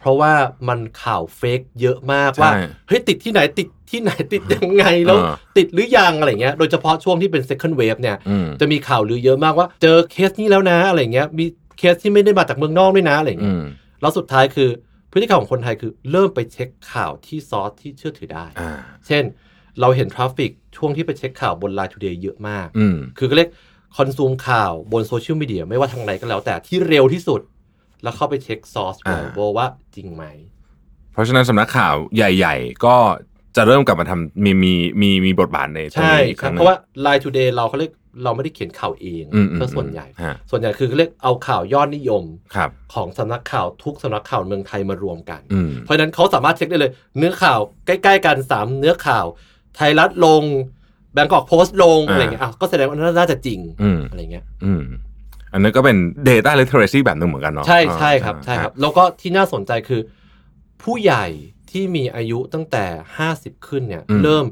เพราะว่ามันข่าวเฟกเยอะมากว่า
ใช่
เฮ้ยติดที่ไหนติดที่ไหนติดยังไงแล้ว
อ่า
ติดหรือยังอะไรเงี้ยโดยเฉพาะช่วงที่เป็น second wave เนี่ย
อืม
จะมีข่าวลือเยอะมากว่าเจอเคสนี้แล้วนะอะไรเงี้ยมีเคสที่ไม่ได้มาจากเมืองนอกด้วยนะอะไร
อื
เงี้ย
ม
แล้วสุดท้ายคือพฤติกรรมของคนไทยคือเริ่มไปเช็คข่าวที่ซอสที่เชื่อถือได้
อ่า
เช่น เราเห็นทราฟฟิกช่วงที่ไปเช็คข่าวบน Line Today เยอะมาก
อืม
คือเขาเรียกคอนซูมข่าวบนโซเชียลมีเดียไม่ว่าทางไหนก็แล้วแต่ที่เร็วที่สุด แล้วเข้าไปเช็คซอร์ส
อ่า
โบว่าจริงไหม
เพราะฉะนั้นสำนักข่าวใหญ่ ๆ ก็จะเริ่มกลับมาทำมีมีมีมีบทบาทในตรง
ใช่
นี้อีก
ค
ค
รั
รั้
บ
งห
เพ
นึ่ง
ราะว่า Line Today เราเขาเรียกเราไม่ได้เขียนข่าวเอง
อืมอืม
ก็ส่วนใหญ่
ฮะ
ส่วนใหญ่คือเขาเรียกเอาข่าวยอดนิยม
ครับ
ของสำนักข่าวทุกสำนักข่าวเมืองไทยมารวมกัน
อืม
เพราะฉะนั้นเขาสามารถเช็คได้เลย เนื้อข่าวใกล้ๆกัน 3 เนื้อข่าว ไทยรัฐลงแบงกอกโพสต์ลง
อ่า
อะไรเงี้ยอ่ะก็แสดงว่าน่าจะจริง
อืม
อะไรเงี้ย
อืม อันนั้นก็เป็น Data Literacy แบบหนึ่งเหมือนกันเนาะ
ใช่ใช่ครับ
อ่า
ใช่ครับ แล้วก็ที่น่าสนใจคือผู้ใหญ่ที่มีอายุตั้งแต่ 50 ขึ้นเนี่ย
อืม
เริ่ม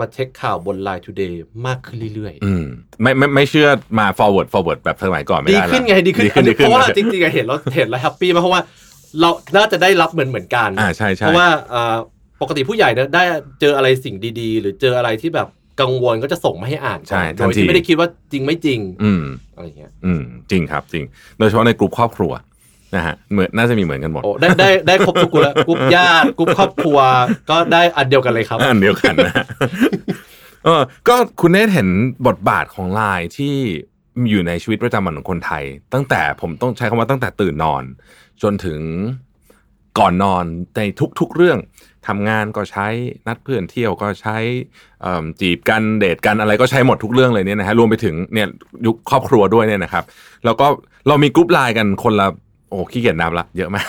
มาเช็คข่าวบน Line Today มากขึ้นเรื่อย
อืมไม่ไม่ไม่เชื่อมา forward forward แบบสมัยก่อนไม่
ๆ ดี
ได้ละ
ขึ้นไงดีขึ้น
ดีขึ้นดีขึ้น
เพราะว่าจริงๆอะเห็นแล้วเห็นแล้วแฮปปี้มากเพราะว่าเราน่าจะได้รับเหมือนเหมือนๆกัน
อ่าใช่ใช่
เพราะว่าเอ่อปกติผู้ใหญ่เนี่ยได้เจออะไรสิ่งดีๆ หรือเจออะไรที่แบบกังวลก็จะส่งมาให้อ่าน
ใช่
โด
ทัน
ย
ที
ที่ไม่ได้คิดว่าจริงไม่จริง
อืม
อะไรเงี้ย
อืม จริงครับจริง โดยเฉพาะในกลุ่มครอบครัวนะฮะเหมือนน่าจะมีเหมือนกันหมด
โอ้ได้ได้ได้ครบทุกกลุ่มแล้วกลุ่มญาติกลุ่มครอบครัวก็ได้อันเดียวกันเลยครับ
อันเดียวกัน นะฮะเออก็คุณเนทเห็นบทบาทของไลน์ที่อยู่ในชีวิตประจำวันของคนไทย ตั้งแต่ผมต้องใช้คำว่าตั้งแต่ตื่นนอน จนถึงก่อนนอนในทุกๆเรื่องทำงานก็ใช้นัดเพื่อนเที่ยวก็ใช้เอิ่มจีบกันเดทกันอะไรก็ใช้หมดทุกเรื่องเลยเนี่ยนะฮะรวมไปถึงเนี่ยยุคครอบครัวด้วยเนี่ยนะครับ แล้วก็เรามีกรุ๊ปไลน์กันคนละโอ้ขี้เกียจนับละเยอะมาก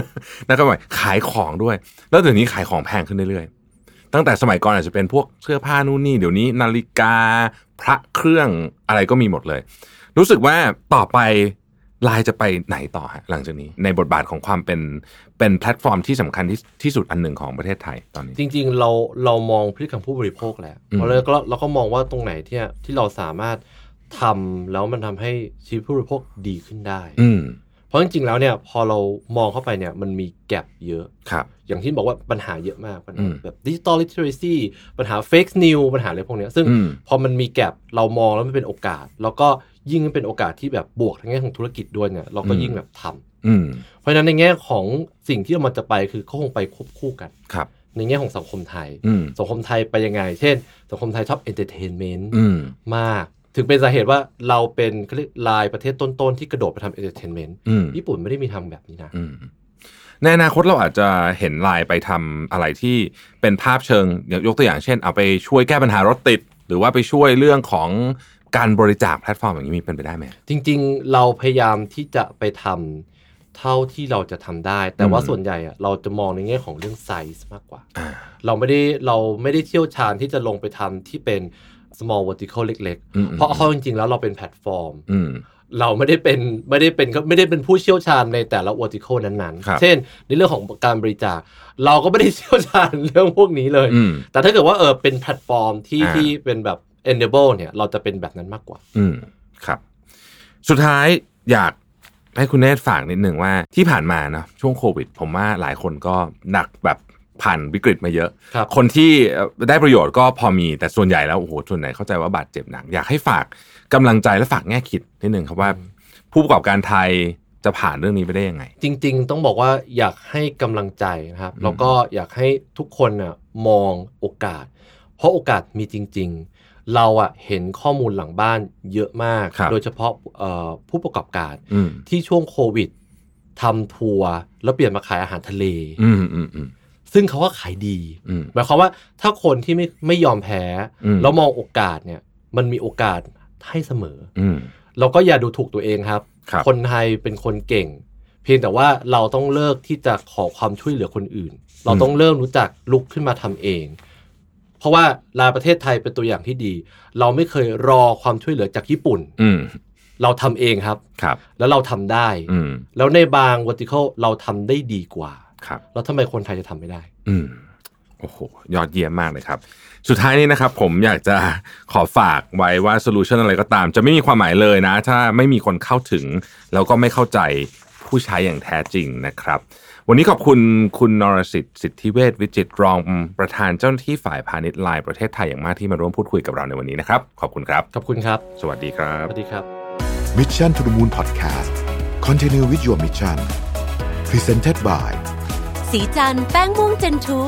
นะครับหมายขายของด้วย แล้วเดี๋ยวนี้ขายของแพงขึ้นเรื่อยๆ ตั้งแต่สมัยก่อนอาจจะเป็นพวกเสื้อผ้านู่นนี่เดี๋ยวนี้นาฬิกาพระเครื่องอะไรก็มีหมดเลย รู้สึกว่าต่อไปไลน์จะไปไหนต่อฮะหลังจากนี้ ในบทบาทของความเป็นเป็นแพลตฟอร์มที่สำคัญที่ที่สุดอันหนึ่งของประเทศไทยตอนนี้
จริงๆ เราเรามองพฤติกรรมผู้บริโภคแหละ
อืม
แล้วก็เราก็มองว่าตรงไหนที่ที่เราสามารถทำแล้วมันทำให้ชีวิตผู้บริโภคดีขึ้นได้
อืม
เพราะจริงๆ แล้วเนี่ยพอเรามองเข้าไปเนี่ยมันมีแกลบเยอะ
ครับ
อย่างที่บอกว่าปัญหาเยอะมากปัญ
อื
หาม แบบดิจิตอลลิเทอเรซีปัญหาเฟกซ์นิวปัญหาอะไรพวกเนี้ยซึ่ง
อืม
พอมันมีแกลบเรามองแล้วมันเป็นโอกาส แล้วก็ยิ่งเป็นโอกาสที่แบบบวกทางแง่ของธุรกิจด้วยเนี่ยเราก็ยิ่งแบบทำ
อืม
เพราะฉะนั้นในแง่ของสิ่งที่มันจะไปคือเขาคงไปควบคู่กัน
ครับ
ในแง่ของสังคมไทย
อืม
สังคมไทยไปยังไง เช่น สังคมไทยชอบเอนเตอร์เทนเมนต์
อืม
มาก ถึงเป็นสาเหตุว่าเราเป็นเขาเรียกลายประเทศต้นๆ ที่กระโดดไปทำเอนเตอร์เทนเมนต์
อืม
ญี่ปุ่นไม่ได้มีทำแบบนี้นะ
อืมในอนาคตเราอาจจะเห็นไลน์ไปทำอะไรที่เป็นภาพเชิงอย่างยกตัวอย่างเช่น เอาไปช่วยแก้ปัญหารถติด หรือว่าไปช่วยเรื่องของการบริจาคแพลตฟอร์มอย่างนี้มีเป็นไปได้ไหม
จริงๆ เราพยายามที่จะไปทำเท่าที่เราจะทำได้ แต่ว่า
อืม
ส่วนใหญ่อะเราจะมองในแง่ของเรื่องไซส์มากกว่า
อ่า
เราไม่ได้เราไม่ได้เชี่ยวชาญที่จะลงไปทำที่เป็น small vertical เล็ก
อืม
ๆ เพราะเอาจริงๆ แล้วเราเป็นแพลตฟอร์ม
อืม
เราไม่ได้เป็นไม่ได้เป็นไม่ได้เป็นผู้เชี่ยวชาญในแต่ละ vertical นั้น
ครับ
ๆ เช่น ในเรื่องของการบริจาค เราก็ไม่ได้เชี่ยวชาญเรื่องพวกนี้เลย
อืม
แต่ถ้าเกิดว่าเออเป็นแพลตฟอร์มที่
อ่า
ที่เป็นแบบ enable เนี่ย เราจะเป็นแบบนั้นมากกว่า
อืม ครับ สุดท้ายอยากให้คุณเนทฝากนิดหนึ่งว่าที่ผ่านมาเนอะช่วงโควิด ผมว่าหลายคนก็หนักแบบผ่านวิกฤตมาเยอะ
ครับ
คนที่เอ่อได้ประโยชน์ก็พอมีแต่ส่วนใหญ่แล้วโอ้โหส่วนไหนเข้าใจว่าบาดเจ็บหนัก อยากให้ฝากกำลังใจและฝากแง่คิดนิดหนึ่งครับว่า ผู้ประกอบการไทย จะผ่านเรื่องนี้ไปได้ยังไง
จริง ๆ ต้องบอกว่าอยากให้กำลังใจนะครับ
อืม
แล้วก็อยากให้ทุกคนน่ะมองโอกาส เพราะโอกาสมีจริง ๆ เราอะเห็นข้อมูลหลังบ้านเยอะมาก
ครับ
โดยเฉพาะเอ่อผู้ประกอบการ
อืม
ที่ช่วงโควิดทำทัวร์แล้วเปลี่ยนมาขายอาหารทะเล
อืมอืมอืม
ซึ่งเขาก็ขายดี
อืม
หมายความว่าถ้าคนที่ไม่ไม่ยอมแพ้
อืม
แล้วมองโอกาสเนี่ยมันมีโอกาสให้เสมอ
อืม
เราก็อย่าดูถูกตัวเองครับ
ครับ
คนไทยเป็นคนเก่ง เพียงแต่ว่าเราต้องเลิกที่จะขอความช่วยเหลือคนอื่น เราต้องเริ่มรู้จักลุกขึ้นมาทำเอง เพราะว่าลาประเทศไทยเป็นตัวอย่างที่ดี เราไม่เคยรอความช่วยเหลือจากญี่ปุ่น
อืม
เราทำเองครับ
ครับ
แล้วเราทำได้
อืม
แล้วในบาง vertical เราทำได้ดีกว่า
ครับ
แล้วทำไมคนไทยจะทำไม่ได้
อืมโอ้โห ยอดเยี่ยมมากเลยครับ สุดท้ายนี้นะครับ ผมอยากจะขอฝากไว้ว่าโซลูชันอะไรก็ตาม จะไม่มีความหมายเลยนะ ถ้าไม่มีคนเข้าถึง แล้วก็ไม่เข้าใจผู้ใช้อย่างแท้จริงนะครับ วันนี้ขอบคุณคุณนรสิทธิ์สิทธิเวชวิจิตรรองประธานเจ้าหน้าที่ฝ่ายพาณิชย์ไลน์ประเทศไทยอย่างมากที่มาร่วมพูดคุยกับเราในวันนี้นะครับ ขอบคุณครับ
ขอบคุณครับ
สวัสดีครับ
สวัสดีครับ
Mission to the Moon Podcast Continue with your mission Presented by
สีจันแป้งม่วงเจนทู